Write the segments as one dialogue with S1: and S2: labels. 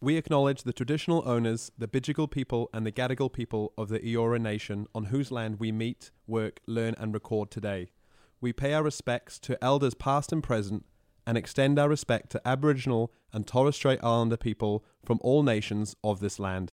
S1: We acknowledge the traditional owners, the Bidjigal people and the Gadigal people of the Eora Nation, on whose land we meet, work, learn, and record today. We pay our respects to elders past and present, and extend our respect to Aboriginal and Torres Strait Islander people from all nations of this land.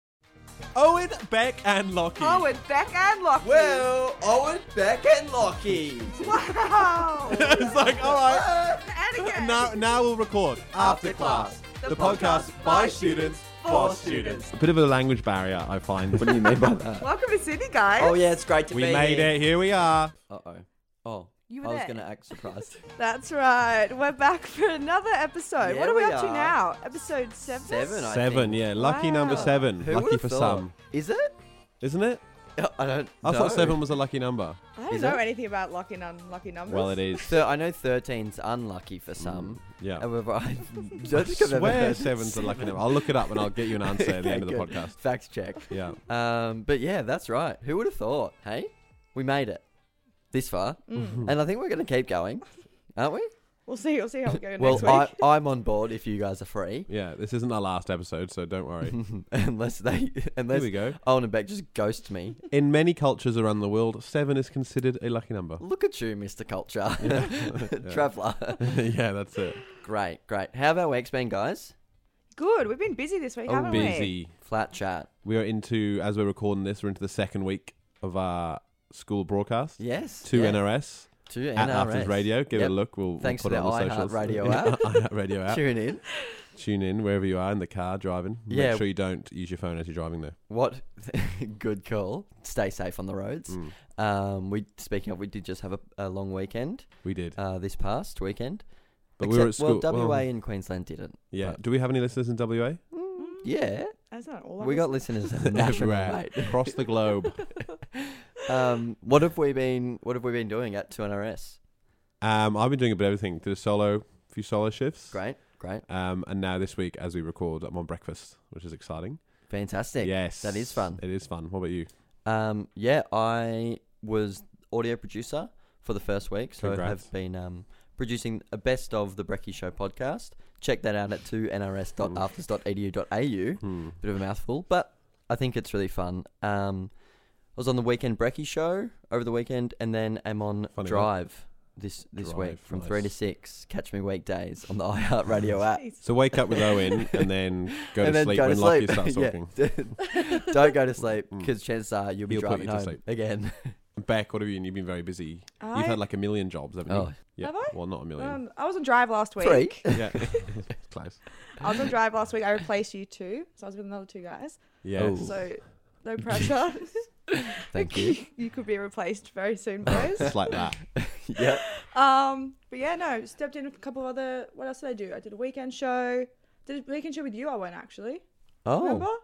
S1: Owen, Beck, and Lockie.
S2: Owen, Oh, Beck, and Lockie.
S3: Well, Owen, Beck, and Lockie.
S2: wow.
S1: it's like, all right,
S2: Oh. and again.
S1: now, now we'll record.
S3: After class,
S2: The
S3: the podcast by students for students.
S1: A bit of a language barrier, I find.
S3: What do you mean by that?
S2: Welcome to Sydney, guys.
S3: Oh yeah, it's great to
S1: we
S3: be
S1: made
S3: here.
S1: it. Here we are.
S3: Uh oh. Oh,
S2: You were
S3: I was
S2: there.
S3: gonna act surprised.
S2: That's right. We're back for another episode.
S3: Yeah,
S2: what are we,
S3: we
S2: up to
S3: are.
S2: now? Episode seven.
S3: Seven, I
S1: Seven,
S3: think.
S1: yeah. Lucky
S2: Wow.
S1: number seven.
S3: Who
S1: lucky
S3: would've
S1: for
S3: thought?
S1: some.
S3: Is it?
S1: Isn't it?
S3: Uh, I don't.
S1: I
S3: know.
S1: thought seven was a lucky number.
S2: I don't
S3: Is
S2: know
S3: it?
S2: anything about lucky and unlucky numbers.
S1: Well, it is.
S3: So I know thirteen's unlucky for some.
S1: Yeah.
S3: However, I
S1: Mm. I
S3: don't think I've ever
S1: swear
S3: heard
S1: seven's a lucky number. I'll look it up and I'll get you an answer at the end of the
S3: Okay, good.
S1: podcast.
S3: Fact check.
S1: Yeah.
S3: Um, but yeah, that's right. Who would have thought? Hey, we made it this far,
S1: Mm-hmm.
S3: and I think we're gonna keep going, aren't we?
S2: We'll see. We'll see how we go
S3: well,
S2: next week.
S3: I, I'm on board if you guys are free,
S1: Yeah, this isn't our last episode, so don't worry.
S3: unless they
S1: Mm-hmm. Here
S3: unless
S1: we go.
S3: Owen and Beck just ghost me.
S1: In many cultures around the world, seven is considered a lucky number.
S3: Look at you, Mr. Culture, traveller.
S1: yeah, that's it.
S3: Great, great. How have our weeks been, guys?
S2: Good. We've been busy this week,
S3: Oh,
S2: haven't we?
S1: Oh, Busy.
S3: Flat chat.
S1: We are into, as we're recording this, we're into the second week of our school broadcast.
S3: Yes.
S1: Two
S3: yeah.
S1: NRS,
S3: Two NRS.
S1: at Afters Radio. Give
S3: Yep.
S1: it a look. We'll,
S3: Thanks
S1: we'll put
S3: to
S1: it on
S3: the
S1: the socials.
S3: iHeartRadio
S1: Yeah,
S3: app.
S1: iHeartRadio app.
S3: Tune in.
S1: Tune in wherever you are in the car driving. Make
S3: Yeah.
S1: sure you don't use your phone as you're driving there.
S3: What good call. Stay safe on the roads.
S1: Mm.
S3: Um, we speaking of, we did just have a, a long weekend
S1: We did.
S3: uh, this past weekend.
S1: But we were at school.
S3: Well, WA
S1: well,
S3: and Queensland didn't.
S1: Yeah.
S3: but-
S1: Do we have any listeners in WA?
S3: yeah,
S2: Mm. That's not all. of
S3: we
S2: us.
S3: got listeners national, mate.
S1: across the globe.
S3: Um, what have we been? What have we been doing at Two NRS?
S1: Um, I've been doing a bit of everything. Did a solo, few solo shifts.
S3: Great, great,
S1: Um, and now this week, as we record, I'm on breakfast, which is exciting.
S3: fantastic.
S1: yes,
S3: that is fun.
S1: It is fun. What about you?
S3: Um, yeah, I was audio producer for the first week, so
S1: Congrats.
S3: I've been um, producing a best of the Brecky Show podcast. Check that out at E 2nrs.afters.edu.au.
S1: Hmm.
S3: Bit of a mouthful, but I think it's really fun. Um, I was on the weekend Brecky Show over the weekend, and then I'm on
S1: Funny
S3: Drive this this
S1: Drive,
S3: week from
S1: nice.
S3: 3 to 6. Catch me weekdays on the iHeartRadio app.
S2: Jeez.
S1: So wake up with Owen and then go
S3: And
S1: to
S3: then
S1: sleep
S3: go to
S1: when Lockie
S3: sleep.
S1: starts
S3: Yeah.
S1: talking.
S3: Don't go to sleep
S1: Mm.
S3: because chances are you'll be
S1: He'll put
S3: driving
S1: you to
S3: home
S1: sleep.
S3: again.
S1: Beck, what have you? been? You've been very busy.
S2: I,
S1: You've had like a million jobs, haven't you?
S3: Oh.
S1: yeah.
S2: Have I?
S1: Well, not a million.
S2: um, I was on drive last week.
S3: Three.
S1: yeah, close.
S2: I was on drive last week. I replaced you two, so I was with another two guys.
S1: Yeah.
S3: Oh.
S2: So no pressure.
S3: Thank you.
S2: you could be replaced very soon, boys.
S1: It's like that.
S3: yep.
S2: Um, but yeah, no, stepped in with a couple of other. What else did I do? I did a weekend show. Did a weekend show with you. I went actually.
S3: Oh.
S2: Remember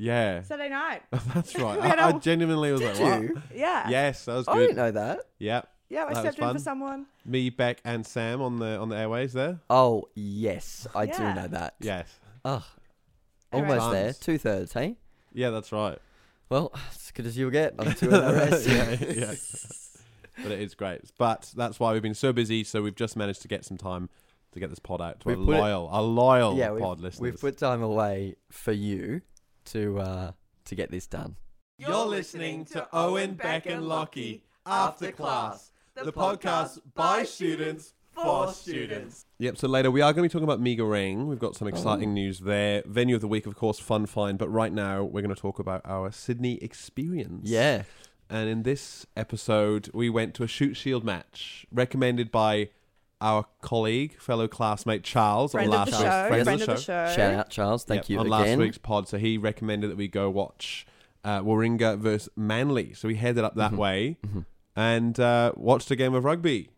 S1: Yeah.
S2: Saturday night?
S1: That's right.
S2: Man,
S1: I, I
S2: I-
S1: genuinely was like, what?
S3: you?
S2: Yeah.
S1: Yes, that was
S3: I
S1: good.
S3: didn't know that.
S1: Yeah.
S2: Oh, Yeah, I
S1: That was
S2: stepped in for
S1: fun.
S2: someone.
S1: Me, Beck, and Sam on the on the airways there.
S3: Oh yes, I
S2: Yeah.
S3: do know that.
S1: Yes.
S3: Oh,
S2: Alright.
S3: almost there.
S1: Times.
S3: Two thirds, hey.
S1: Yeah, that's right.
S3: Well, as good as you'll get on two NRS.
S1: yeah, yeah. But it is great. But that's why we've been so busy. So we've just managed to get some time to get this pod out to
S3: We
S1: our
S3: put it-
S1: loyal, our loyal
S3: yeah, we've,
S1: Oh, pod listeners.
S3: we've put time away for you to uh, to get this done.
S2: You're listening to Owen, Beck and Lockie, After Class, the podcast by students for students.
S1: Yep. So later we are going to be talking about Mega Ring. We've got some
S2: Oh.
S1: exciting news there. Venue of the week, of course, fun find. But right now we're going to talk about our Sydney experience.
S3: Yeah.
S1: And in this episode, we went to a shoot shield match recommended by our colleague, fellow classmate Charles
S2: Friend
S1: on
S2: of
S1: last
S2: the
S1: week's
S2: show.
S1: friend,
S2: Friend of the show.
S3: Shout out, Charles. Thank
S1: Yep,
S3: you
S1: on last
S3: again.
S1: week's pod. So he recommended that we go watch uh, Warringah versus Manly. So we headed up
S3: Mm-hmm.
S1: that way and uh, watched a game of rugby.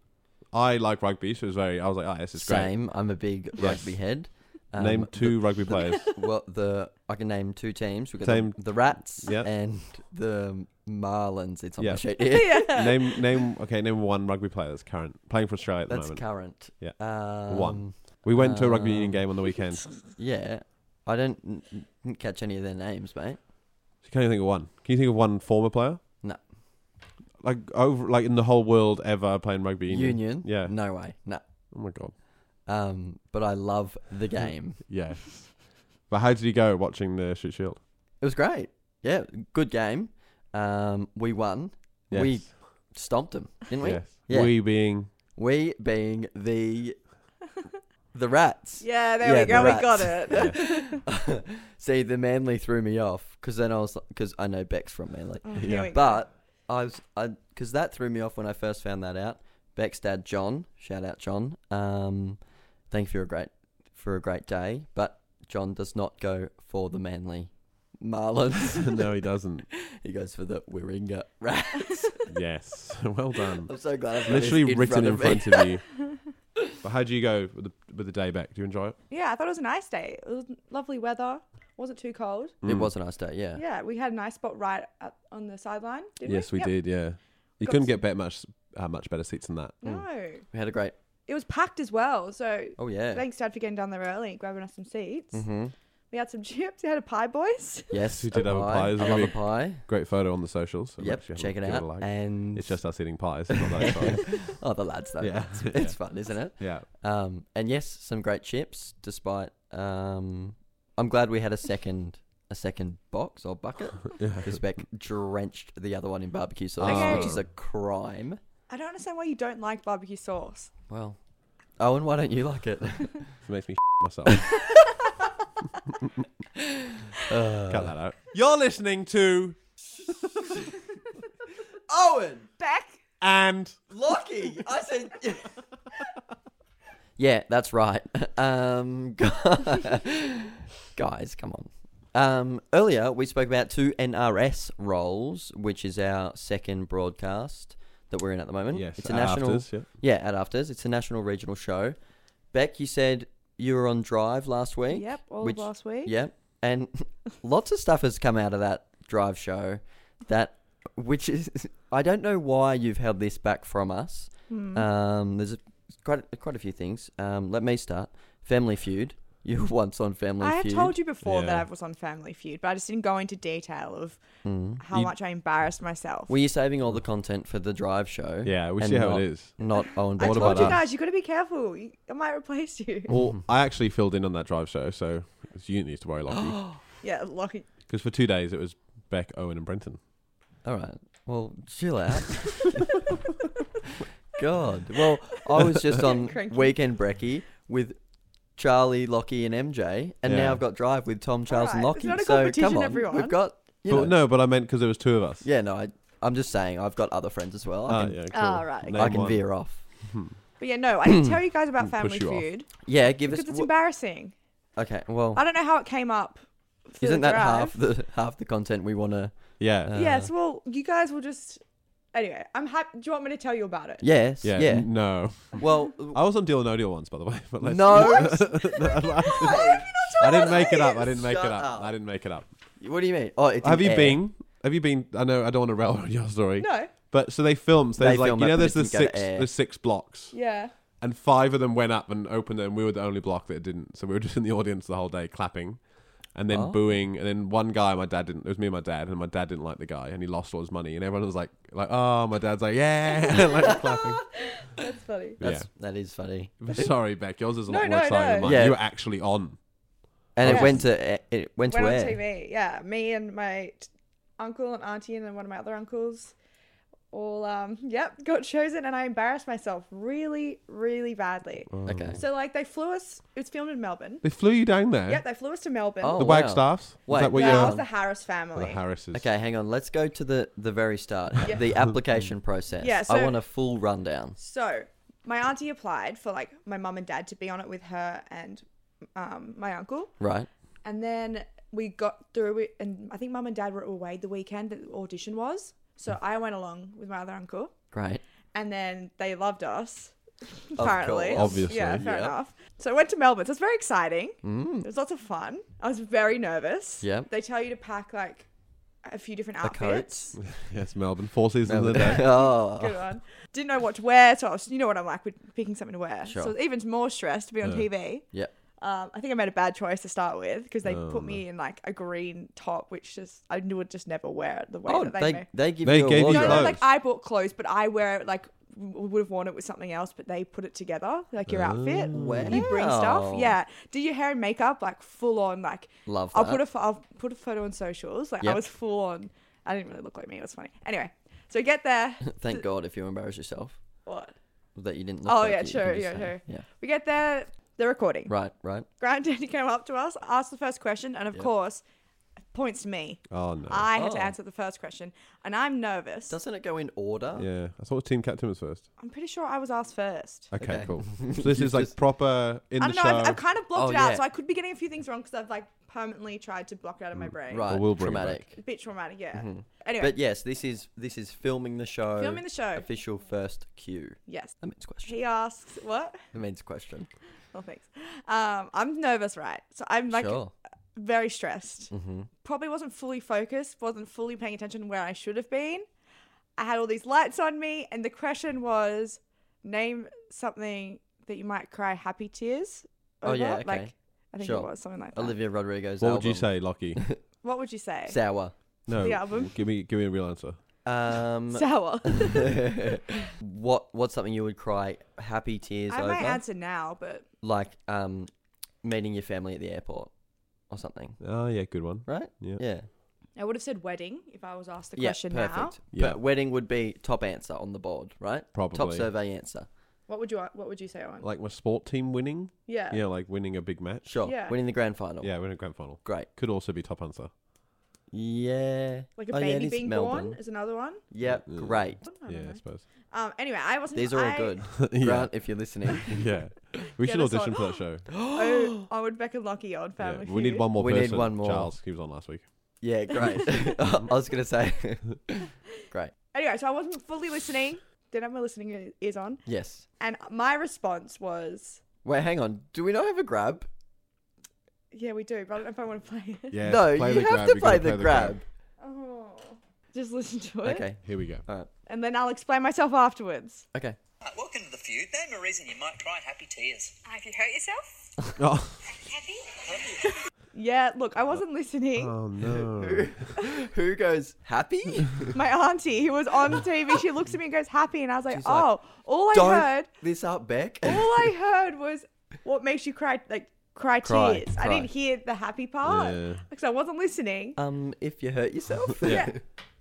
S1: I like rugby, so it was very. I was like, "Ah, this is great."
S3: Same. I'm a big
S1: Yes.
S3: rugby head. Um,
S1: Name
S3: the-
S1: two rugby players.
S3: well, the I can name two teams. We've got
S1: Same.
S3: The, the Rats
S1: Yeah.
S3: and the Marlins. It's on
S1: Yeah.
S3: my sheet here.
S1: name name. Okay, name one rugby player that's current playing for Australia at the
S3: That's
S1: moment.
S3: current.
S1: Yeah.
S3: Um,
S1: One. we went to a rugby union
S3: um,
S1: game on the weekend. So
S3: Yeah. I don't n- n- didn't catch any of their names, mate.
S1: you can't even think of one. Can you think of one former player?
S3: No.
S1: Like over, like in the whole world ever playing rugby union.
S3: Union.
S1: Yeah.
S3: No way. No.
S1: Oh my god.
S3: Um, but I love the game.
S1: Yes. But how did you go watching the shoot shield?
S3: It was great. Yeah, good game. Um, we won.
S1: Yes.
S3: We stomped them, didn't we?
S1: yes.
S3: Yeah.
S1: We being
S3: We being the the rats.
S2: Yeah, there
S3: Yeah,
S2: we go.
S3: the
S2: We got
S3: rats.
S2: it.
S3: See, the Manly threw me off because then I was because I know Beck's from Manly,
S2: Oh, here
S1: Yeah.
S2: we go.
S3: but I was I because that threw me off when I first found that out. Beck's dad, John. Shout out, John. Um, thank you for a great for a great day, but John does not go for the Manly Marlins.
S1: no, he doesn't.
S3: he goes for the Wirringa Rats.
S1: Yes, well done.
S3: I'm so glad I've got this
S1: Literally written in
S3: of me.
S1: front of you. But how do you go with the, with the day back? Do you enjoy it?
S2: yeah, I thought it was a nice day. It was lovely weather. wasn't too cold.
S3: It
S1: Mm.
S3: was a nice day, yeah.
S2: Yeah, we had a nice spot right up on the sideline. Didn't
S1: yes, we
S2: we? Yep.
S1: did. Yeah, you
S2: Got
S1: couldn't
S2: s-
S1: get bet much uh, much better seats than that.
S2: No,
S3: We had a great.
S2: it was packed as well. So
S3: Oh Mm. yeah.
S2: thanks, Dad, for getting down there early, grabbing us some seats.
S3: Mm-hmm.
S2: We had some chips. We had a pie, boys.
S3: Yes,
S1: We did have a pie. There's
S3: I
S1: gonna
S3: love
S1: be
S3: a
S1: a
S3: pie.
S1: Great photo on the socials. so make
S3: Yep,
S1: sure you
S3: check it
S1: have a- give
S3: out.
S1: a like.
S3: And
S1: It's just us eating pies. It's not those photos.
S3: oh, the lads though.
S1: Yeah.
S3: it's, it's fun, isn't it?
S1: Yeah.
S3: Um, and yes, some great chips. Despite, um, I'm glad we had a second a second box or bucket
S1: yeah.
S3: because Beck drenched the other one in barbecue sauce,
S2: Okay.
S3: which is a crime.
S2: I don't understand why you don't like barbecue sauce.
S3: Well, Owen, why don't you like it?
S1: It makes me myself. Uh, Cut that out. You're listening to
S3: Owen,
S2: Beck.
S1: and
S3: Lockie, I said. yeah, that's right. Um, guys, come on. Um, earlier, we spoke about two NRS roles, which is our second broadcast that we're in at the moment.
S1: yes,
S3: it's a national.
S1: afters, yeah.
S3: Yeah, at afters, it's a national regional show. Beck, you said you were on Drive last week.
S2: Yep, all
S3: which-
S2: of last week.
S3: Yep, and lots of stuff has come out of that Drive show. That which is, I don't know why you've held this back from us.
S2: Hmm.
S3: Um, there's a, quite quite a few things. Um, let me start. Family Feud. You were once on Family
S2: I have
S3: Feud.
S2: told you before that
S1: Yeah.
S2: I was on Family Feud, but I just didn't go into detail of
S3: Mm.
S2: how
S1: You-
S2: much I embarrassed myself.
S3: Were you saving all the content for the Drive show?
S1: Yeah, we
S3: And
S1: see how
S3: not-
S1: it is.
S3: Not Owen.
S2: I
S1: What
S2: told
S1: about
S2: you
S1: us?
S2: guys, you got to be careful. You, I might replace you.
S1: Well, I actually filled in on that drive show, so it's you that needs to worry, Lockie.
S2: Yeah, lucky.
S1: Because for two days it was Beck, Owen, and Brenton.
S3: All right. Well, chill out. God. Well, I was just on
S2: Cranky.
S3: Weekend Brekkie with Charlie, Lockie, and MJ, and
S1: Yeah.
S3: now I've got Drive with Tom, Charles, and
S2: right.
S3: Lockie.
S2: It's not a
S3: so
S2: competition,
S3: come on,
S2: everyone.
S3: we've got. You know,
S1: But, no, but I meant because there was two of us.
S3: Yeah, no. I, I'm just saying, I've got other friends as well. I
S1: Ah,
S3: can,
S1: yeah, cool.
S2: Ah, right, okay.
S1: Name
S3: I can
S1: one.
S3: veer off.
S2: But yeah, no, I didn't tell you guys about
S1: Hmm. Push
S2: Family
S1: you off.
S2: Feud
S3: Yeah, give us.
S2: because it's
S3: wh-
S2: embarrassing.
S3: okay. Well,
S2: I don't know how it came up. for
S3: Isn't
S2: the
S3: that half
S2: drive.
S3: the half the content we want to?
S1: Yeah.
S3: Uh,
S2: yes. Well, you guys will just. Anyway, I'm happy. Do you want me to tell you about it?
S3: Yes.
S1: yeah.
S3: Yeah.
S1: n- No.
S3: Well,
S1: I was on Deal or No Deal once, by the way. But let's-
S3: no.
S1: I didn't make it up. I
S3: this?
S1: didn't make it
S3: Shut
S1: up.
S3: up.
S1: I didn't make it up.
S3: what do you mean? Oh, it
S1: Have
S3: didn't
S1: you
S3: air.
S1: been? Have you been? I know I don't want to railroad your story.
S2: No.
S1: But so they filmed. So there's
S3: They
S1: like
S3: filmed
S1: you
S3: it,
S1: know
S3: but
S1: there's
S3: it
S1: the
S3: didn't go to
S1: six
S3: air.
S1: the six blocks,
S2: Yeah.
S1: and five of them went up and opened it, and we were the only block that didn't. So we were just in the audience the whole day clapping, and then
S3: Oh.
S1: booing, and then one guy my dad didn't. It was me and my dad, and my dad didn't like the guy, and he lost all his money, and everyone was like like oh my dad's like yeah like clapping.
S2: That's funny.
S3: That's, That is funny.
S1: yeah. Sorry, Beck. Yours is a
S2: No,
S1: lot more
S2: no,
S1: exciting than
S2: no.
S1: mine.
S3: Yeah.
S1: You were actually on.
S3: And
S2: Yeah.
S3: it went to a- it went to
S2: went on
S3: air.
S2: TV. Yeah, me and my t- uncle and auntie and then one of my other uncles all um yep got chosen and I embarrassed myself really really badly.
S3: Oh. Okay.
S2: So like they flew us. It was filmed in Melbourne.
S1: They flew you down there.
S2: Yep, they flew us to Melbourne.
S3: Oh,
S1: the
S3: wow.
S1: Wagstaffs.
S3: Wait,
S1: Is that
S2: No,
S1: what
S2: that
S3: yeah.
S2: was
S1: you're?
S2: the Harris family.
S1: The Harrises.
S3: Okay, hang on. Let's go to the the very start.
S2: Yeah.
S3: The application process.
S2: Yeah,
S3: I
S2: so-
S3: want a full rundown.
S2: So my auntie applied for like my mum and dad to be on it with her and um, my uncle,
S3: Right.
S2: and then we got through it. And I think mum and dad were away the weekend that the audition was, so
S3: Hmm.
S2: I went along with my other uncle,
S3: Great.
S2: and then they loved us. Apparently,
S3: course.
S1: Obviously.
S2: yeah, fair
S3: Yeah. Hmm.
S2: enough. So I went to Melbourne. So it's very exciting. It was lots of fun. I was very nervous.
S3: Yep.
S2: They tell you to pack like a few different
S3: The
S2: outfits.
S3: coats.
S1: Yes, Melbourne. Four seasons of the day.
S3: oh.
S2: Good one. Didn't know what to wear, so I was, you know what I'm like with picking something to wear.
S3: Sure.
S2: So I was even more stressed to be on
S1: Yeah.
S2: TV.
S3: Yep.
S2: Um, I think I made a bad choice to start with because they
S1: Oh,
S2: put
S1: no.
S2: me in like a green top, which just I would just never wear it the way
S3: Oh,
S2: that they,
S3: they
S2: made.
S3: they give
S1: They
S3: you a
S1: gave you
S2: No,
S3: wardrobe.
S2: no,
S1: clothes.
S2: like I bought clothes, but I wear it like w- would have worn it with something else, but they put it together, like your outfit.
S1: Oh.
S3: Wow.
S2: You bring stuff,
S3: Wow.
S2: yeah. Do your hair and makeup, like full on, like
S3: Love that.
S2: I'll put a pho- I'll put a photo on socials. Like I
S3: Yep.
S2: was full on. I didn't really look like me. It was funny. Anyway, so get there.
S3: Thank God if you embarrass yourself
S2: What?
S3: that you didn't look
S2: Oh,
S3: like
S2: yeah,
S3: it, you can
S2: sure,
S3: just
S2: yeah,
S3: say,
S2: sure.
S3: Yeah.
S2: We get there. The recording.
S3: Right, right.
S2: Grant Danny came up to us, asked the first question, and of
S3: Yep.
S2: course, points to me.
S1: Oh no.
S2: I had to
S3: Oh.
S2: answer the first question, and I'm nervous.
S3: Doesn't it go in order?
S1: yeah, I thought team captain was first.
S2: I'm pretty sure I was asked first.
S1: Okay,
S3: Okay.
S1: cool. So this
S3: You
S1: is like
S3: just-
S1: proper in
S2: I
S1: the
S2: don't know. I've,
S1: show.
S2: I've kind of blocked
S3: Oh,
S2: it out,
S3: yeah.
S2: so I could be getting a few things wrong because I've like permanently tried to block it out of my brain.
S3: Mm, Right.
S1: we'll bring it back.
S3: traumatic.
S2: A bit traumatic, yeah. Anyway,
S3: But yes, this is this is filming the show.
S2: filming the show.
S3: official first cue.
S2: Yes.
S3: The mains question.
S2: He asks, what?
S3: The mains question.
S2: Oh, thanks. Um, I'm nervous, right? So I'm like
S3: sure.
S2: very stressed.
S3: hmm
S2: Probably wasn't fully focused, wasn't fully paying attention where I should have been. I had all these lights on me, and the question was name something that you might cry happy tears
S3: Oh,
S2: over.
S3: yeah, okay.
S2: Like, I think it
S3: Sure.
S2: was something like that.
S3: Olivia Rodrigo's.
S1: Uh, What would you
S3: album.
S1: say, Lockie?
S2: What would you say?
S3: Sour.
S1: No,
S2: The album.
S1: give me give me a real answer.
S3: Um,
S2: Sour.
S3: what what's something you would cry happy tears
S2: I
S3: over?
S2: might answer now, but
S3: Like um, meeting your family at the airport or something,
S1: Oh yeah, good one.
S3: right?
S1: Yeah.
S3: Yeah.
S2: I would have said wedding if I was asked the
S3: yeah.
S2: question
S3: perfect.
S2: now.
S1: Yeah.
S3: Per- wedding would be top answer on the board, right? Top
S1: Probably.
S3: survey answer.
S2: What would you uh, What would you say, Owen?
S1: Like my sport team winning.
S3: Uh,
S2: yeah.
S1: Yeah, like winning a big match.
S3: Sure.
S2: Yeah.
S3: Winning the grand final.
S1: Yeah, winning a grand final.
S3: Great.
S1: Could also be top answer.
S3: Yeah.
S2: Like a
S3: Oh, yeah, it
S2: baby
S3: is
S2: being
S3: Melbourne.
S2: born is another one.
S3: Yep.
S1: Yeah.
S3: Great.
S2: I don't
S1: Yeah,
S2: know.
S1: I suppose.
S2: Um. Anyway, I wasn't.
S3: These are all
S2: I-
S3: good.
S1: yeah,
S3: Grant, if you're listening,
S1: yeah. We
S2: Get
S1: should
S2: us
S1: audition
S2: on.
S1: for that show.
S2: Oh, oh, Rebecca Lockie on
S1: Yeah,
S2: Family
S1: we need
S2: Feud.
S1: one more
S3: We need
S1: person.
S3: one more.
S1: Charles, he was on last week.
S3: yeah, great. I was gonna say,
S2: Anyway, so I wasn't fully listening. Didn't have my listening e- ears on,
S3: yes.
S2: and my response was,
S3: Wait, hang on. Do we not have a grab?
S2: "Yeah, we do, but I don't know if I want to play it."
S1: Yeah.
S3: no,
S1: play the
S3: you have
S1: grab.
S3: to
S1: You
S3: play
S1: gotta
S3: the, grab.
S2: Oh, just listen to it,
S3: Okay,
S1: Here we go.
S2: and then I'll explain myself afterwards.
S3: okay.
S4: Right, welcome to the feud. Name a reason you might cry happy tears.
S5: Have you hurt yourself?
S1: Oh,
S5: Happy?
S2: Yeah, look, I wasn't listening.
S1: oh no.
S3: Who goes happy?
S2: My auntie, who was on TV, she looks at me and goes, "Happy," and I was like,
S3: She's like,
S2: "Oh, all I
S3: Don't
S2: heard, Oh.
S3: this up, Beck.
S2: all I heard was what makes you cry, like cry,
S3: Cry,
S2: tears." I
S3: cry.
S2: didn't hear the happy part
S1: Yeah.
S2: because I wasn't listening.
S3: um, if you hurt yourself.
S1: Yeah.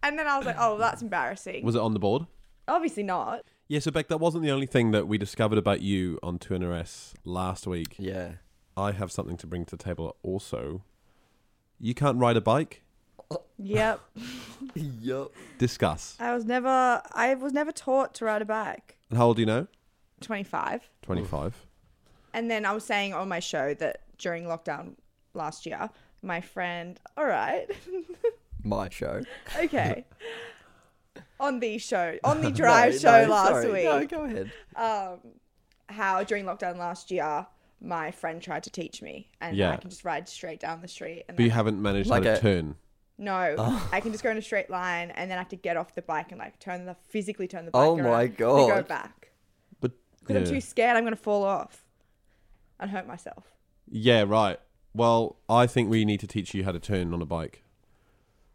S2: And then I was like, oh, that's embarrassing.
S1: Was it on the board?
S2: Obviously not.
S1: Yeah, so Beck, that wasn't the only thing that we discovered about you on 2NRS last week.
S3: yeah.
S1: I have something to bring to the table also. You can't ride a bike?
S2: Yep.
S3: Yup.
S1: Discuss.
S2: I was never I was never taught to ride a bike.
S1: And how old do you know?
S2: 25.
S1: 25.
S2: And then I was saying on my show that during lockdown last year, my friend, all right.
S3: My show.
S2: okay. on the show, on the drive
S3: No,
S2: show
S3: no,
S2: last
S3: sorry.
S2: week.
S3: No, go ahead.
S2: um, how during lockdown last year, my friend tried to teach me and
S1: Yeah.
S2: I can just ride straight down the street and
S1: But you
S2: then-
S1: haven't managed
S3: Like
S1: how to
S3: a-
S1: turn.
S2: No,
S3: Oh.
S2: I can just go in a straight line, and then I have to get off the bike and like turn the physically turn the bike.
S3: Oh my
S2: around To go
S3: God.
S2: back
S1: But
S2: because I'm too scared I'm gonna fall off and hurt myself.
S1: Yeah, right. Well, I think we need to teach you how to turn on a bike.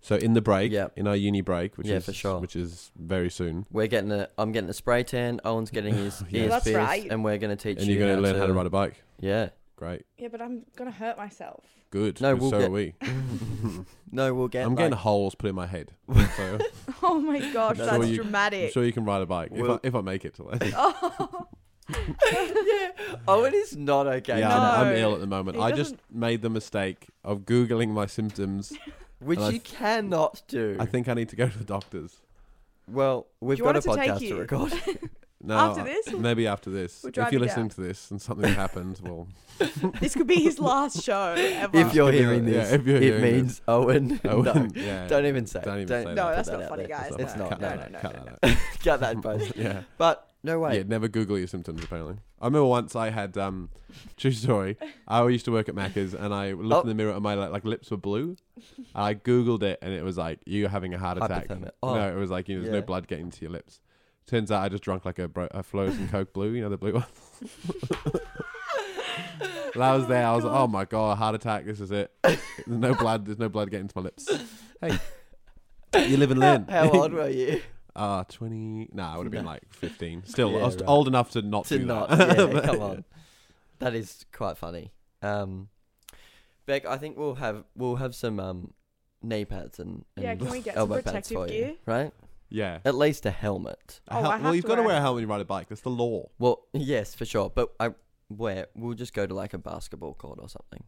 S1: So in the break,
S3: Yeah.
S1: in our uni break, which
S3: Yeah,
S1: is
S3: for sure.
S1: which is very soon,
S3: We're getting a. I'm getting a spray tan. Owen's getting his ears
S2: That's
S3: pierced,
S2: right.
S3: and we're gonna teach
S1: and
S3: you
S1: you're going to learn how to ride a bike.
S3: Yeah.
S1: Great,
S2: Yeah, but I'm gonna hurt myself.
S1: good.
S3: No,
S1: 'cause
S3: we'll
S1: so
S3: get-
S1: are we.
S3: No, we'll get.
S1: I'm
S3: like,
S1: getting holes put in my head. So
S2: Oh my gosh,
S1: No.
S2: that's
S1: So you- I'm
S2: dramatic.
S1: sure you can ride a bike if, I,
S3: Well-
S1: if I make it to that.
S2: Oh,
S3: Owen is not okay.
S1: yeah,
S3: tonight.
S1: I'm, I'm
S2: No.
S1: ill at the moment.
S2: He
S1: I just made the mistake of googling my symptoms.
S3: Which
S1: And I
S3: you cannot do.
S1: I think I need to go to the doctors.
S3: Well, we've
S2: you
S3: got
S2: want
S3: a
S2: us to take
S3: podcast to,
S2: you?
S3: record.
S1: No,
S2: After
S1: I-
S2: this?
S1: maybe after this.
S2: We'll
S1: if
S2: drive
S1: you're
S2: you
S1: listening
S2: down.
S1: to this and something happens, well,
S2: this could be his last show ever.
S3: if you're
S1: Yeah,
S3: hearing
S1: yeah,
S3: this,
S1: if you're
S3: it
S1: hearing
S3: means Owen.
S1: Owen,
S3: no,
S1: yeah.
S3: don't even say.
S1: Don't even say
S2: no,
S1: that.
S2: that's
S3: put
S2: not
S3: that
S2: funny,
S3: out
S2: guys.
S3: there.
S2: No,
S3: It's
S2: no,
S3: not.
S1: cut
S2: no,
S1: that
S2: no,
S1: out,
S2: no,
S1: cut
S2: no,
S1: that
S2: no.
S1: out.
S3: Cut that post.
S1: Yeah.
S3: But no way.
S1: Yeah, never Google your symptoms, apparently. I remember once I had, um, true story, I used to work at Macca's and I looked in
S3: Oh.
S1: the mirror and my like, like lips were blue. I Googled it and it was like, you're having a heart attack.
S3: Hypothermia. Oh.
S1: No, it was like, you know, there's
S3: Yeah.
S1: no blood getting to your lips. Turns out I just drunk like a, bro- a frozen Coke Blue, you know, the blue one. and I was there, I was like, oh my God, heart attack, this is it. There's no blood, there's no blood getting to my lips. Hey, you live and learn.
S3: How old were you?
S1: Ah, 20. Nah, I would have been
S3: Nah.
S1: like 15. Still, I
S3: Yeah,
S1: was
S3: right.
S1: old enough to not
S3: to
S1: do
S3: not.
S1: that.
S3: Yeah,
S1: But-
S3: come on. That is quite funny. Um, Beck, I think we'll have we'll have some um, knee pads and, and
S2: Yeah, can we get some
S3: elbow pads
S2: protective
S3: for
S2: gear?
S3: you, right?
S1: Yeah.
S3: At least a helmet.
S1: A
S2: Oh,
S1: hel-
S2: I
S1: well,
S2: have
S1: you've
S2: to
S1: got to
S2: wear
S1: wear
S2: a
S1: a helmet when you ride a bike. That's the law.
S3: Well, yes, for sure. But I where we'll just go to like a basketball court or something,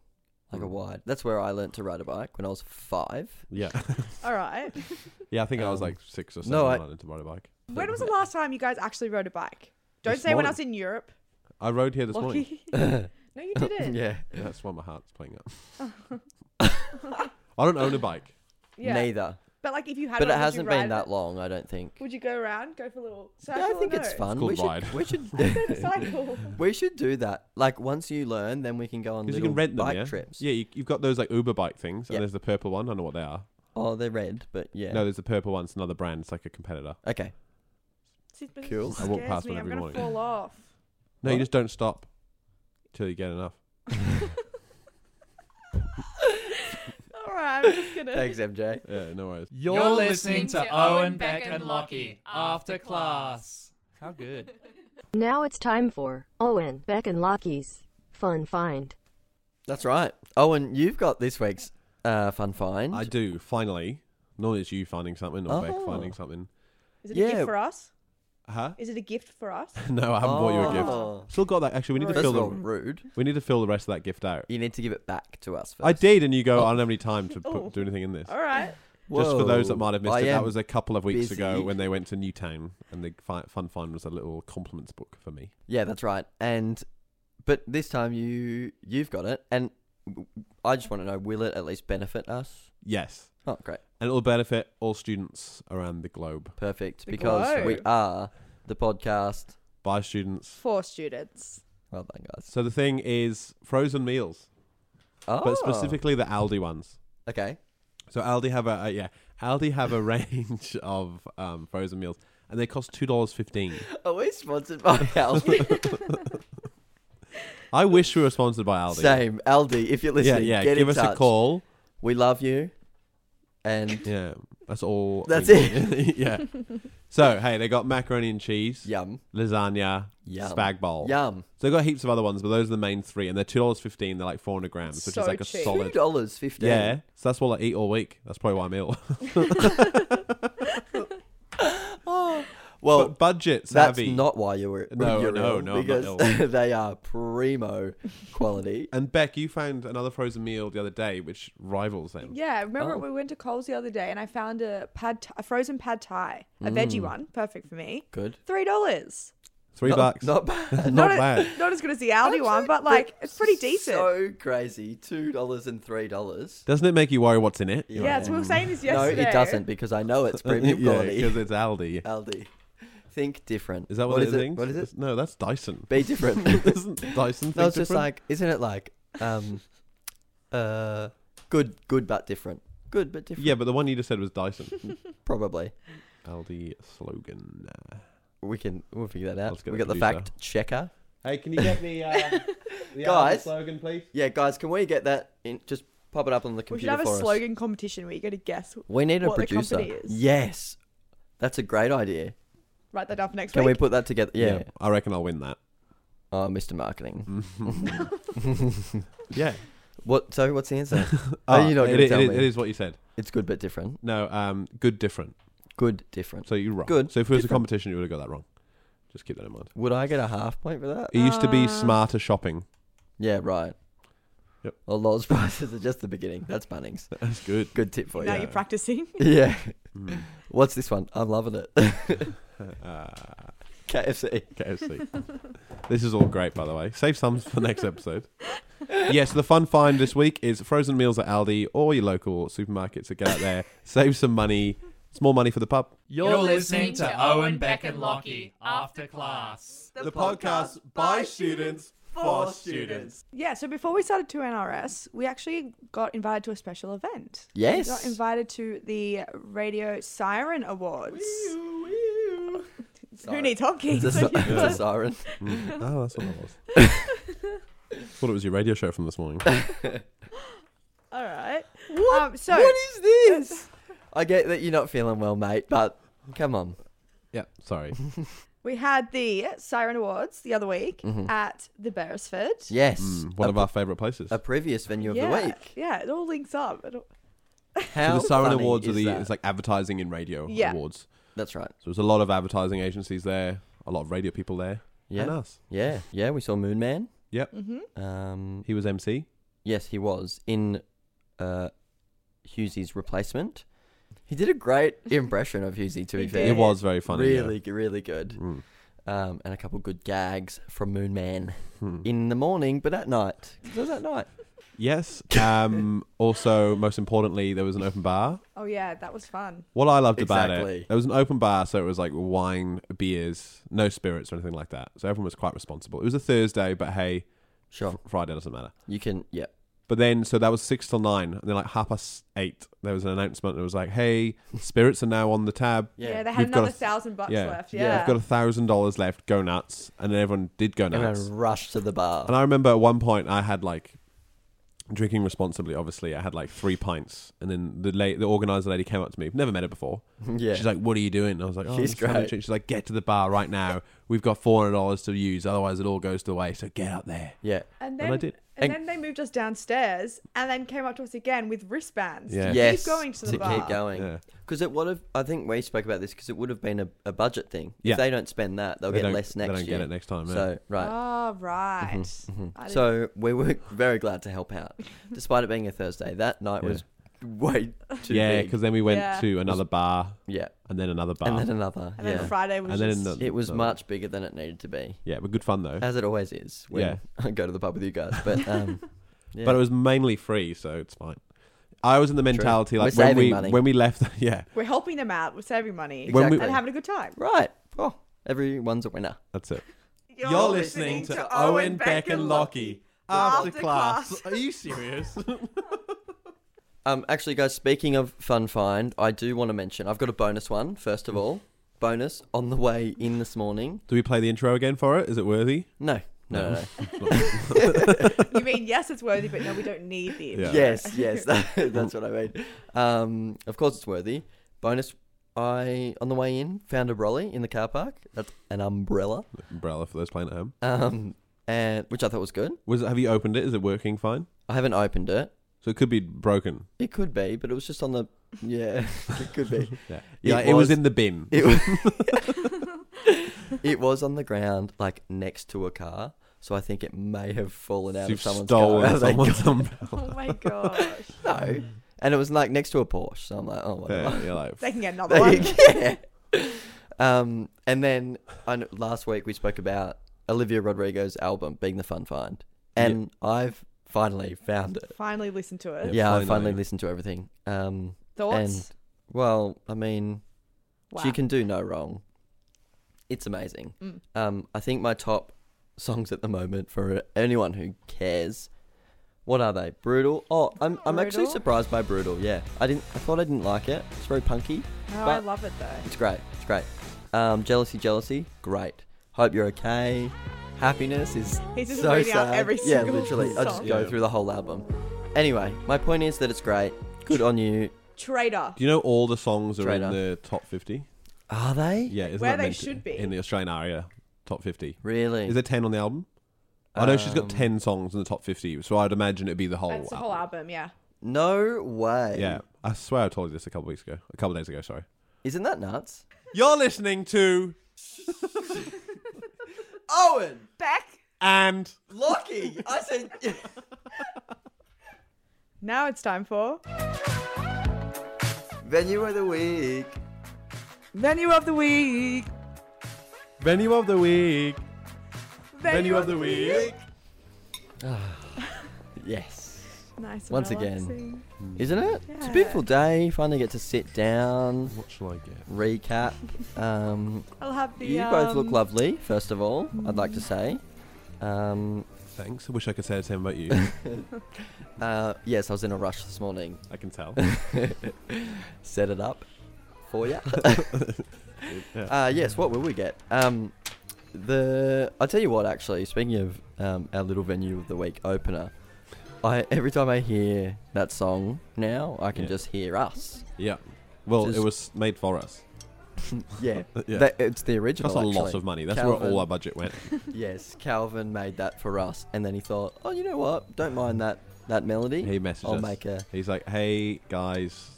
S3: like a
S1: Mm.
S3: wide. That's where I learnt to ride a bike when I was five.
S1: Yeah.
S2: All right.
S1: yeah, I think I was
S3: Um,
S1: like six or seven
S3: no,
S1: when
S3: I-
S1: I learned to ride a bike.
S2: When was the last time you guys actually rode a bike? Don't
S1: This
S2: say when I
S1: morning.
S2: was in Europe.
S1: I rode here this morning.
S2: Lucky. no, you didn't.
S3: yeah.
S1: Yeah, that's why my heart's playing up. I don't own a bike.
S2: Yeah.
S3: neither.
S2: But like, if you had,
S3: But
S2: one,
S3: it
S2: would you
S3: hasn't
S2: ride
S3: been that
S2: it?
S3: long, I don't think.
S2: Would you go around, go for a little circle?
S3: Yeah, I
S2: or
S3: think it's
S2: no?
S3: fun.
S1: It's called
S3: we
S1: ride.
S3: should, we should
S2: Go to cycle.
S3: we should do that. Like once you learn, then we can go on
S1: Because
S3: little
S1: you can rent them,
S3: bike
S1: yeah?
S3: trips.
S1: Yeah, you, you've got those like Uber bike things,
S3: Yeah.
S1: and there's the purple one. I don't know what they are.
S3: Oh, they're red, but yeah.
S1: No, there's the purple one. It's another brand. It's like a competitor.
S3: Okay.
S2: See, but it
S3: Cool.
S2: just
S1: I walk
S2: scares
S1: past
S2: me.
S1: one every
S2: I'm
S1: morning.
S2: gonna fall off.
S1: No,
S3: What?
S1: you just don't stop till you get enough.
S2: All right, I'm just gonna.
S3: Thanks, MJ.
S1: Yeah, no worries.
S5: You're, listening to Owen, Beck, and Lockie after class. How good.
S6: Now it's time for Owen, Beck, and Lockie's Fun Find.
S3: That's right. Oh, and you've got this week's uh, fun find.
S1: I do finally. Not it's you finding something or Beck
S3: Oh.
S1: finding something.
S2: Is it a
S3: Yeah.
S2: gift for us?
S1: Huh?
S2: Is it a gift for us?
S1: No, I haven't bought you a gift.
S3: Oh.
S1: Still got that. Actually, we need to
S3: First
S1: fill
S3: of all,
S1: the
S3: rude.
S1: we need to fill the rest of that gift out.
S3: You need to give it back to us first.
S1: I did, and you go. I don't have any time to
S2: Oh.
S1: put, do anything in this.
S2: All right.
S1: Just for those that
S3: Whoa.
S1: might have missed
S3: I
S1: it, that
S3: am
S1: was a couple of weeks ago
S3: busy.
S1: when they went to Newtown, and the fi- fun find was a little compliments book for me.
S3: Yeah, that's right. And but this time you you've got it, and I just want to know: will it at least benefit us?
S1: Yes,
S3: Oh, great,
S1: and it will benefit all students around the globe
S3: perfect,
S2: The
S3: because we
S2: globe.
S3: are the podcast.
S1: by students.
S2: Four students.
S3: Well done, guys.
S1: So the thing is frozen meals,
S3: Oh,
S1: but specifically the Aldi ones.
S3: okay.
S1: So Aldi have a uh, yeah, Aldi have a range of um, frozen meals, and they cost two dollars fifteen.
S3: Are we sponsored by Aldi?
S1: I wish we were sponsored by Aldi.
S3: Same, Aldi. If you're
S1: yeah,
S3: listening,
S1: yeah.
S3: get
S1: Give
S3: in
S1: us
S3: touch.
S1: a call.
S3: We love you, and
S1: Yeah, that's all.
S3: That's
S1: we-
S3: it.
S1: yeah. So hey, they got macaroni and cheese,
S3: yum,
S1: lasagna,
S3: Yum.
S1: spag bowl.
S3: yum.
S1: So they got heaps of other ones, but those are the main three, and they're two dollars fifteen. They're like four hundred grams, which
S2: So
S1: is like a
S2: cheap.
S3: Two
S1: solid.
S3: dollars fifteen.
S1: Yeah, so that's what I eat all week. That's probably why I'm ill.
S3: Well,
S1: but budget
S3: Oh. that's
S1: savvy.
S3: not why you were.
S1: No,
S3: you're
S1: no,
S3: ill,
S1: no, I'm not
S3: Because
S1: ill.
S3: they are primo quality.
S1: and Beck, you found another frozen meal the other day, which rivals them.
S2: Yeah, remember
S3: Oh.
S2: we went to Coles the other day and I found a pad, th- a frozen pad Thai, a veggie
S3: Mm.
S2: one, perfect for me.
S3: Good.
S2: Three dollars.
S1: Three
S3: Not-
S1: bucks.
S3: Not bad.
S1: Not
S2: a-
S1: bad.
S2: Not as good as the Aldi one, but like it's pretty decent.
S3: So crazy. Two dollars and three dollars.
S1: Doesn't it make you worry what's in it?
S2: yeah, it's- we were saying this
S3: No,
S2: yesterday.
S3: it doesn't because I know it's premium quality.
S1: because it's Aldi.
S3: Aldi. Think different.
S1: Is that what, it
S3: is
S1: is?
S3: It? What is it?
S1: It's- No, that's Dyson.
S3: Be different.
S1: Isn't Dyson?
S3: no,
S1: think
S3: it's just
S1: different?
S3: like isn't it like um uh good good but different. Good but different.
S1: Yeah, but the one you just said was Dyson.
S3: Probably.
S1: Aldi slogan.
S3: We can we'll figure that out.
S1: Let's get
S3: We
S1: the
S3: got the
S1: producer.
S3: fact checker.
S1: Hey, can you get me uh, the
S3: Guys.
S1: slogan, please?
S3: Yeah, guys, can we get that in just pop it up on the
S2: We
S3: computer
S2: should have a
S3: for us?
S2: slogan competition where you go to guess.
S3: We need a
S2: what the
S3: producer.
S2: company is.
S3: Yes. That's a great idea.
S2: Write that up next
S3: Can we
S2: week.
S3: put that together? yeah.
S1: I reckon I'll win that.
S3: Oh, Mr. Marketing.
S1: Yeah,
S3: What? So, what's the answer?
S1: Ah,
S3: Are you not
S1: it-
S3: going to
S1: it-
S3: tell
S1: it-
S3: me?
S1: it is what you said.
S3: It's good but different.
S1: No, um, good, different.
S3: Good, different.
S1: So you're wrong.
S3: Good,
S1: So if it was a
S3: different.
S1: competition, you would have got that wrong. Just keep that in mind.
S3: Would I get a half point for that?
S1: It used to be
S2: Uh,
S1: smarter shopping.
S3: Yeah, right.
S1: Yep.
S3: Well, those prices are just the beginning. That's Bunnings.
S1: That's good.
S3: Good tip for you.
S2: now
S1: yeah.
S2: you're practicing.
S3: Yeah.
S1: Mm.
S3: What's this one? I'm loving it.
S1: Uh,
S3: KFC.
S1: KFC. this is all great, by the way. Save some for next episode. Yes, the fun find this week is frozen meals at Aldi or your local supermarket. So get out there, save some money. It's more money for the pub.
S5: You're, listening to Owen, Beck, and Lockie after class.
S2: The podcast by students
S1: for students.
S2: Yeah, so before we started to NRS, we actually got invited to a special event.
S3: Yes.
S2: We got invited to the Radio Siren Awards. Who
S3: Sorry.
S2: needs hockey?
S3: It's a, si- it's a siren.
S1: Oh, that's what it was. Thought it was your radio show from this morning.
S2: All right.
S3: What?
S2: Um, so
S3: what is this? I get that you're not feeling well, mate, but come on.
S1: Yeah, sorry.
S2: We had the Siren Awards the other week
S3: Mm-hmm.
S2: at the Beresford.
S3: Yes.
S1: Hmm, One
S3: a,
S1: of our favourite places.
S3: a previous venue of
S2: yeah,
S3: the week.
S2: yeah, it all links up. It all-
S1: so
S3: How
S1: the Siren
S3: funny
S1: Awards are
S3: is
S1: the
S3: that?
S1: it's like advertising in radio
S2: Yeah.
S1: awards.
S3: That's right.
S1: So there's a lot of advertising agencies there, a lot of radio people there,
S3: Yeah.
S1: and us.
S3: Yeah. Yeah, we saw Moon Man.
S1: Yep.
S3: Um
S1: He was MC.
S3: Yes, he was in uh, Hughesy's replacement. He did a great impression of Hughesy. To be
S2: He
S3: fair,
S2: Yeah.
S1: It was very funny. yeah.
S3: really, g- really good.
S1: Mm.
S3: Um, and a couple good gags from Moon Man
S1: Hmm.
S3: in the morning, but at night. 'Cause It was at night.
S1: Yes. Um, also, most importantly, there was an open bar.
S2: Oh yeah, that was fun.
S1: What I loved about
S3: Exactly.
S1: it, there was an open bar, so it was like wine, beers, no spirits or anything like that. So everyone was quite responsible. It was a Thursday, but hey,
S3: Sure,
S1: Friday doesn't matter.
S3: you can. Yeah,
S1: But then, so that was six till nine, and then like half past eight, there was an announcement. It was like, "Hey, spirits are now on the tab.
S2: Yeah,
S3: yeah.
S2: they had
S1: We've got
S2: another
S1: a-
S2: thousand bucks
S1: yeah.
S2: left.
S3: Yeah.
S2: Yeah,
S1: I've got a thousand dollars left. Go nuts!" And then everyone did go
S3: Everyone
S1: nuts.
S3: rushed to the bar.
S1: And I remember at one point I had like drinking responsibly. Obviously, I had like three pints, and then the la- the organizer lady came up to me. Never met her before.
S3: yeah,
S1: She's like, "What are you doing?" And I was like, oh,
S3: She's
S1: just having a
S3: great.
S1: drink." She's like, "Get to the bar right now. We've got four hundred dollars to use. Otherwise, it all goes to waste. So get up there."
S3: yeah,
S2: and
S1: And
S2: then
S1: I did.
S2: and
S3: And-
S2: then they moved us downstairs, and then came up to us again with wristbands.
S1: Yeah.
S2: to
S3: yes.
S2: keep going to the
S3: to
S2: bar.
S3: keep going.
S1: Yeah.
S3: Because it would have. I think we spoke about this because it would have been a, a budget thing. If
S1: Yeah.
S3: they don't spend that, they'll
S1: They
S3: get
S1: don't-
S3: less next
S1: They don't
S3: year.
S1: get it next time. yeah.
S3: So right.
S2: Oh right. I didn't-
S3: Mm-hmm, So we were very glad to help out, despite it being a Thursday. That night
S1: Yeah.
S3: was way too
S1: yeah,
S3: big.
S1: because then we went
S2: Yeah.
S1: to another bar
S3: yeah,
S1: and then another bar.
S3: and then another.
S2: and
S3: yeah,
S2: then Friday was
S1: And then
S2: just,
S1: another-
S3: it was
S1: another-
S3: much bigger than it needed to be,
S1: yeah, but good fun though.
S3: as it always is when
S1: Yeah.
S3: I go to the pub with you guys. But um, yeah.
S1: But it was mainly free, so it's fine. I was in the mentality like
S3: We're
S1: when
S3: saving
S1: we
S3: money.
S1: when we left. Yeah,
S2: we're helping them out. We're saving money
S1: When we-
S2: and having a good time.
S3: right. Oh, everyone's a winner.
S1: that's it.
S2: You're, After class.
S1: Are you serious?
S3: Um, actually, guys, speaking of fun find, I do want to mention I've got a bonus one first of all. Bonus on the way in this morning.
S1: Do we play the intro again for it? Is it worthy?
S3: No, no, no. no.
S2: You mean yes, it's worthy, but no, we don't need the
S1: Yeah.
S2: intro.
S3: yes, yes, that- that's what I mean. Um, of course, it's worthy. Bonus: I on the way in found a brolly in the car park. That's an umbrella,
S1: Umbrella for those playing at home.
S3: um, and which I thought was good.
S1: Was it, have you opened it? Is it working fine?
S3: I haven't opened it.
S1: So it could be broken.
S3: It could be, but it was just on the. Yeah, it could be.
S1: Yeah,
S3: It
S1: yeah. It was,
S3: was-
S1: in the bin.
S3: It was, it was on the ground, like next to a car. So I think it may have fallen out
S1: You've
S3: of someone's
S1: stolen
S3: car.
S1: someone's
S2: Oh
S1: umbrella.
S2: my gosh.
S3: no, and it was like next to a Porsche. So I'm like, oh, whatever.
S1: Yeah, you're like,
S2: They can get another
S3: There
S2: one.
S3: you go. Um, and then I know, last week we spoke about Olivia Rodrigo's album being the fun find, and I've finally found it.
S2: Finally listen to
S1: Yeah,
S2: it.
S3: yeah, I
S1: finally.
S3: finally listened to everything. Um,
S2: Thoughts?
S3: well, I mean,
S2: Wow.
S3: she can do no wrong. It's amazing.
S2: Mm.
S3: Um, I think my top songs at the moment for anyone who cares. What are they? Brutal. Oh, I'm I'm actually
S2: Brutal.
S3: surprised by Brutal. Yeah, I didn't. I thought I didn't like it. It's very punky.
S2: No, Oh, I
S3: but-
S2: love it though.
S3: It's great. It's great. Um, jealousy, jealousy. Great. Hope you're okay. Happiness is
S2: He's just
S3: so
S2: reading out
S3: sad.
S2: every
S3: yeah,
S2: single
S3: literally. I just
S2: song.
S3: go
S1: Yeah.
S3: through the whole album. Anyway, my point is that it's great. Good on you.
S2: Traitor.
S3: Oh,
S1: Do you know all the songs are in
S3: Traitor.
S1: the top fifty?
S3: Are they
S1: Yeah, isn't
S2: Where
S1: that
S2: they
S1: meant to-
S2: should be.
S1: in the Australian area top fifty?
S3: really?
S1: Is there ten on the album? I know she's got
S3: Um,
S1: ten songs in the top fifty, so I'd imagine it'd be the whole.
S2: That's the
S1: album.
S2: whole album, yeah.
S3: No way.
S1: Yeah, I swear I told you this a couple weeks ago, a couple days ago. Sorry.
S3: Isn't that nuts?
S1: You're listening to
S3: Owen,
S2: Back.
S1: and
S3: Lockie. I said.
S2: Now it's time for
S3: Venue of the week.
S2: Venue of the Week.
S1: venue of the week.
S3: Yes.
S2: Nice. and
S3: Once again.
S2: relaxing.
S3: Isn't it? It's a
S2: Yeah.
S3: beautiful day. Finally get to sit down.
S1: What shall I get?
S3: Recap. Um,
S2: I'll have the.
S3: You both look
S2: um,
S3: lovely, first of all, I'd like to say. Um,
S1: Thanks. I wish I could say the same about you.
S3: uh, yes, I was in a rush this morning.
S1: I can tell.
S3: Set it up for you.
S1: Yeah.
S3: uh, yes, what will we get? Um, the I'll tell you what, actually, speaking of um, our little venue of the week opener, I every time I hear that song now, I can
S1: Yeah.
S3: just hear us.
S1: yeah. Well,
S3: Just-
S1: it was made for us.
S3: yeah,
S1: Yeah.
S3: That- it's the original.
S1: That's a lot
S3: actually.
S1: of money. That's where
S3: Calvin.
S1: all our budget went.
S3: Yes, Calvin made that for us, and then he thought, oh, you know what? Don't mind that that melody.
S1: He messaged
S3: I'll
S1: us.
S3: make a.
S1: He's like, "Hey guys,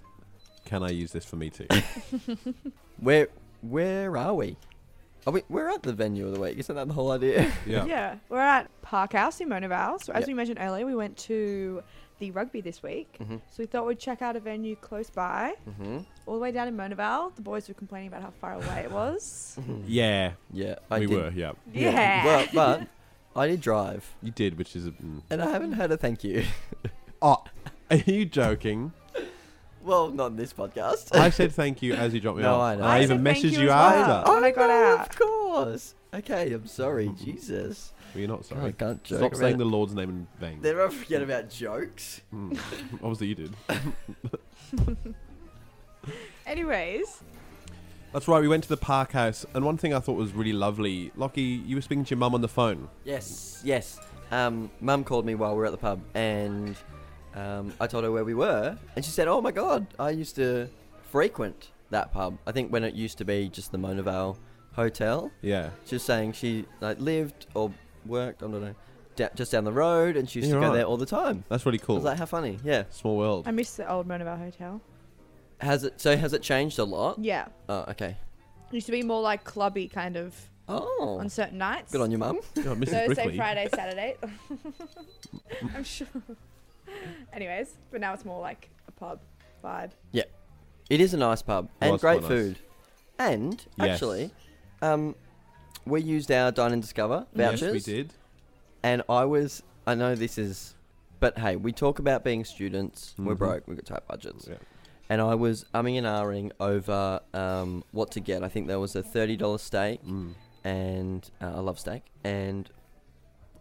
S1: can I use this for me too?"
S3: Where where are we? Are we? We're at the venue of the week. Isn't that the whole idea?
S1: Yeah.
S2: Yeah, we're at Park House in Mona Vale. So as
S3: Yeah.
S2: we mentioned earlier, we went to the rugby this week. So we thought we'd check out a venue close by,
S3: mm-hmm.
S2: all the way down in Mona Vale. The boys were complaining about how far away it was.
S1: Yeah,
S3: Yeah, I
S1: we
S3: did.
S1: were. Yeah,
S2: yeah.
S3: Well, but I did drive,
S1: you did, which is. A, mm.
S3: and I haven't heard a thank you.
S1: Oh, are you joking?
S3: well, not in this podcast.
S1: I said thank you as you dropped me
S3: No,
S1: off.
S3: I know.
S1: I,
S3: I
S1: even
S2: said thank
S1: messaged
S2: you
S1: you,
S2: as well.
S1: either.
S2: Oh, when I got
S3: no,
S2: out.
S3: Of course. Okay, I'm sorry. Jesus.
S1: Well, you're not
S3: Oh, I
S1: sorry.
S3: can't joke.
S1: Stop
S3: about
S1: saying
S3: it.
S1: the Lord's name in vain.
S3: Did I forget about jokes?
S1: Mm. Obviously, you did.
S2: Anyways,
S1: That's right. We went to the park house, and one thing I thought was really lovely. Lockie, you were speaking to your mum on the phone.
S3: Yes, yes. Um, Mum called me while we were at the pub, and um, I told her where we were, and she said, "Oh my God, I used to frequent that pub. I think when it used to be just the Mona Vale Hotel."
S1: Yeah.
S3: She was saying she like lived or worked, I don't know, da- just down the road, and she used
S1: You're
S3: to go
S1: right.
S3: there all the time.
S1: That's really
S3: I
S1: cool.
S3: was like, "How funny!" Yeah.
S1: Small world.
S2: I miss the old Mona Vale Hotel.
S3: Has it? So has it changed a lot?
S2: Yeah.
S3: Oh, okay.
S2: It used to be more like clubby kind of
S3: Oh,
S2: on certain nights.
S3: good on you, Mum.
S1: Oh, Mrs.
S2: Thursday,
S1: Brickley.
S2: Friday, Saturday. I'm sure. Anyways, but now it's more like a pub vibe.
S3: It is a nice pub and
S1: Was
S3: great
S1: quite nice.
S3: food. And
S1: Yes.
S3: actually, um, we used our dine and discover
S1: Yes,
S3: vouchers.
S1: we did.
S3: And I was, I know this is, but hey, we talk about being students. We're
S1: Mhm.
S3: broke. We've got tight budgets.
S1: Yeah.
S3: And I was umming and ahhing over um, what to get. I think there was a thirty dollar steak,
S1: Mm.
S3: and uh, I love steak, and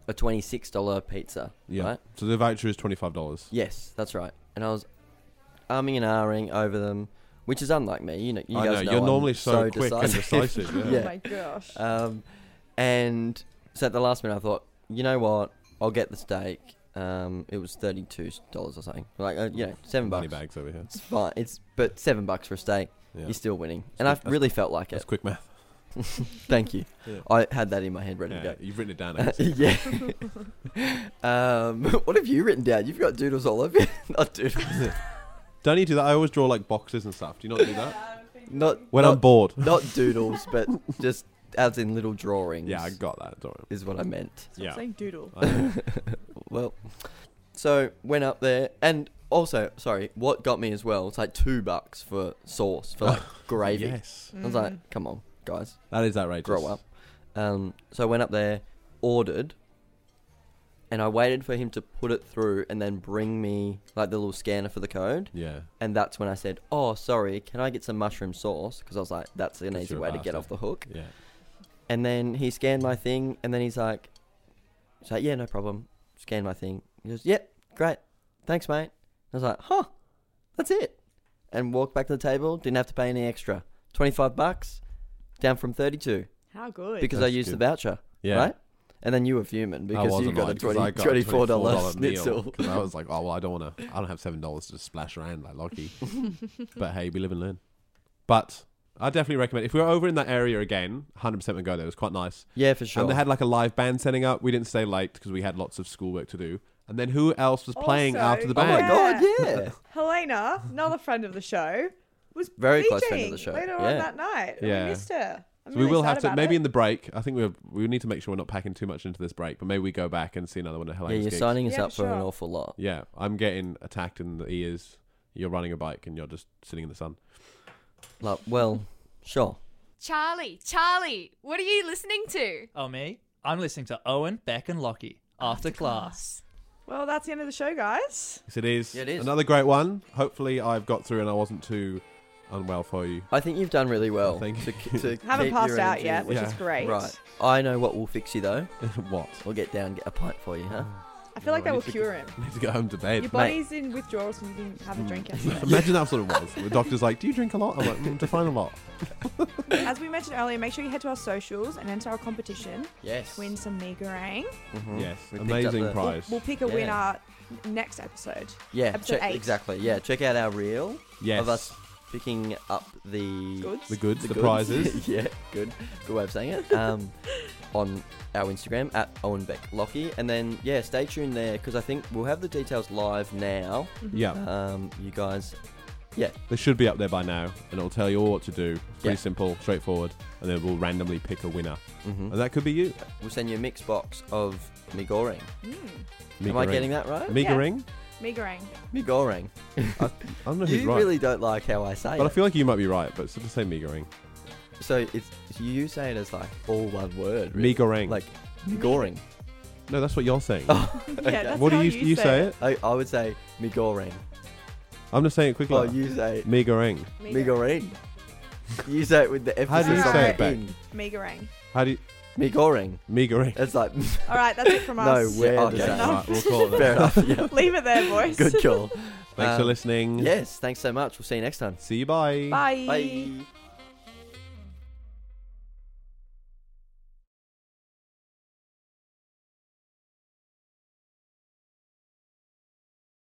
S3: a twenty six dollar pizza.
S1: Yeah.
S3: Right?
S1: So the voucher is twenty five dollars.
S3: Yes, that's right. And I was umming and ahhing over them, which is unlike me. You know, you
S1: I
S3: guys
S1: know,
S3: know
S1: you're
S3: I'm
S1: normally so quick and decisive,
S2: Oh
S1: Yeah.
S2: my gosh.
S3: Um, and so at the last minute, I thought, you know what? I'll get the steak. Um, it was thirty-two dollars or something. Like, uh, you know, seven
S1: Money
S3: bucks.
S1: bags over here.
S3: It's fine. It's but seven bucks for a steak.
S1: Yeah.
S3: You're still winning,
S1: good.
S3: and I
S1: That's-
S3: really felt like
S1: That's
S3: it.
S1: quick math.
S3: Thank you.
S1: Yeah.
S3: I had that in my head ready
S1: Yeah,
S3: to
S1: You've written it down.
S3: go.
S1: Alex.
S3: yeah. um, what have you written down? You've got doodles all over you. not doodles.
S1: Don't you do that? I always draw like boxes and stuff. Do you not do that?
S3: Not
S1: When
S3: not,
S1: I'm bored.
S3: not doodles, but just as in little drawings.
S1: Yeah, I got that. Don't worry.
S3: is what I meant.
S2: Stop
S1: yeah.
S2: saying doodle.
S1: I know.
S3: Well, so went up there, and also, sorry, what got me as well? It's like two bucks for sauce for like gravy.
S1: Yes.
S3: I was like, come on, guys,
S1: That is outrageous.
S3: grow up. Um, so I went up there, ordered, and I waited for him to put it through and then bring me like the little scanner for the code.
S1: Yeah.
S3: And that's when I said, "Oh, sorry, can I get some mushroom sauce?" Because I was like, "That's an
S1: 'Cause
S3: easy
S1: you're a
S3: way to get
S1: bastard.
S3: off the hook."
S1: Yeah.
S3: And then he scanned my thing, and then he's like, he's like, yeah, no problem. Scan my thing. He goes, yep, great. Thanks, mate. I was like, huh, that's it. And walked back to the table, didn't have to pay any extra. 25 bucks, down from 32,
S2: How good.
S3: because I
S1: That's
S3: used
S1: good.
S3: the voucher,
S1: Yeah.
S3: right? And then you were fuming because you
S1: wasn't
S3: got a
S1: right, 'cause
S3: 20,
S1: I got a
S3: $24
S1: meal,
S3: schnitzel.
S1: 'cause I was like, oh well, I don't want to. I don't have seven dollars to just splash around like Lockie. but hey, we live and learn. But I definitely recommend if we were over in that area again, 100 percent would go there. It was quite nice.
S3: Yeah, for sure.
S1: And they had like a live band setting up. We didn't stay late because we had lots of schoolwork to do. And then who else was playing
S2: Also,
S1: after the
S3: oh my
S1: band?
S3: God, yeah.
S2: Helena, another friend of the show, was
S3: Very
S2: DJing
S3: close friend of the show,
S2: later on
S3: yeah.
S2: that night.
S1: Yeah.
S2: We missed her. I'm
S1: So we
S2: really
S1: will
S2: sad
S1: have to
S2: about
S1: maybe
S2: it.
S1: in the break. I think we we need to make sure we're not packing too much into this break, but maybe we go back and see another one of
S3: Yeah,
S1: Helena's
S3: you're
S1: gigs.
S3: signing us
S2: Yeah,
S3: up
S2: for
S3: for an
S2: sure.
S3: awful lot.
S1: Yeah, I'm getting attacked in the ears. You're running a bike and you're just sitting in the sun.
S3: Like, well, sure.
S7: Charlie, Charlie, what are you listening to?
S5: Oh, me? I'm listening to Owen, Beck, and Lockie after, class.
S2: Well, that's the end of the show, guys.
S1: Yes, it is.
S3: Yeah, it is.
S1: Another great one. Hopefully, I've got through and I wasn't too unwell for you.
S3: I think you've done really well.
S1: Thank
S3: to,
S1: you.
S3: to
S2: Haven't
S3: keep
S2: passed
S3: your
S2: out
S3: energy.
S2: yet, which is
S1: Yeah.
S2: great.
S3: Right. I know what will fix you though.
S1: what?
S3: We'll get down and get a pint for you, huh?
S1: Oh.
S2: I feel like
S1: I
S2: that will
S1: need to-
S2: cure him.
S1: I need to go home to
S2: Your
S1: bed.
S2: body's in withdrawal, so you didn't have a drink
S1: Mm.
S2: yesterday.
S1: Imagine that's what it was. The doctor's like, "Do you drink a lot?" I'm like, mm, "Define a lot."
S2: As we mentioned earlier, make sure you head to our socials and enter our competition.
S3: Yes.
S2: Win some megarang.
S1: Yes,
S3: Mm-hmm. We picked up
S1: amazing
S3: the-
S1: prize.
S2: We'll pick a
S3: Yeah.
S2: winner next episode.
S3: Yeah.
S2: Episode
S3: check-
S2: eight.
S3: Exactly. Yeah. Check out our reel
S1: Yes.
S3: of us picking up the
S2: Goods.
S1: The goods, the, prizes.
S3: yeah, good, good way of saying it. Um, on our Instagram at Owen Beck Lockie, and then yeah, stay tuned there because I think we'll have the details live now.
S1: yeah.
S2: Mm.
S3: Um, you guys, yeah,
S1: They should be up there by now, and it'll tell you all what to do. It's pretty
S3: Yeah.
S1: simple, straightforward, and then we'll randomly pick a winner.
S3: Mhm.
S1: And that could be you.
S3: we'll send you a mix box of mee goreng.
S1: Mika
S3: Am I getting that right?
S1: Mika
S2: Yeah.
S1: Ring?
S2: Me goreng.
S3: Mee goreng.
S1: I don't know who's
S3: You
S1: right.
S3: really don't like how I say
S1: but I
S3: it.
S1: feel like you might be right, but so just say Mika Ring.
S3: So it's you say it as like all one word.
S1: Mee
S3: Really.
S1: goreng.
S3: Like mee goreng.
S1: No, that's what you're saying.
S2: Yeah, that's
S1: what do
S2: how
S1: you, you say it?
S3: I, I would say mee goreng.
S1: I'm just saying it quickly.
S3: Oh, you say
S1: Mee goreng.
S2: Me
S3: mee goreng. You say it with the emphasis
S1: How do
S2: you
S3: on
S2: say
S1: it back?
S3: in.
S2: Me goreng.
S1: How do you.
S3: Mee goreng.
S1: Mee goreng.
S3: It's like
S2: All right, that's it from
S3: no
S2: us.
S3: where
S1: Yeah,
S3: does
S1: okay,
S3: that-
S1: right, we'll call it that.
S3: Fair enough. Yeah.
S2: Leave it there, boys.
S3: Good call.
S1: Thanks for
S3: Um,
S1: listening.
S3: Yes. Thanks so much. We'll see you next time.
S1: See you. Bye.
S2: Bye.
S3: Bye.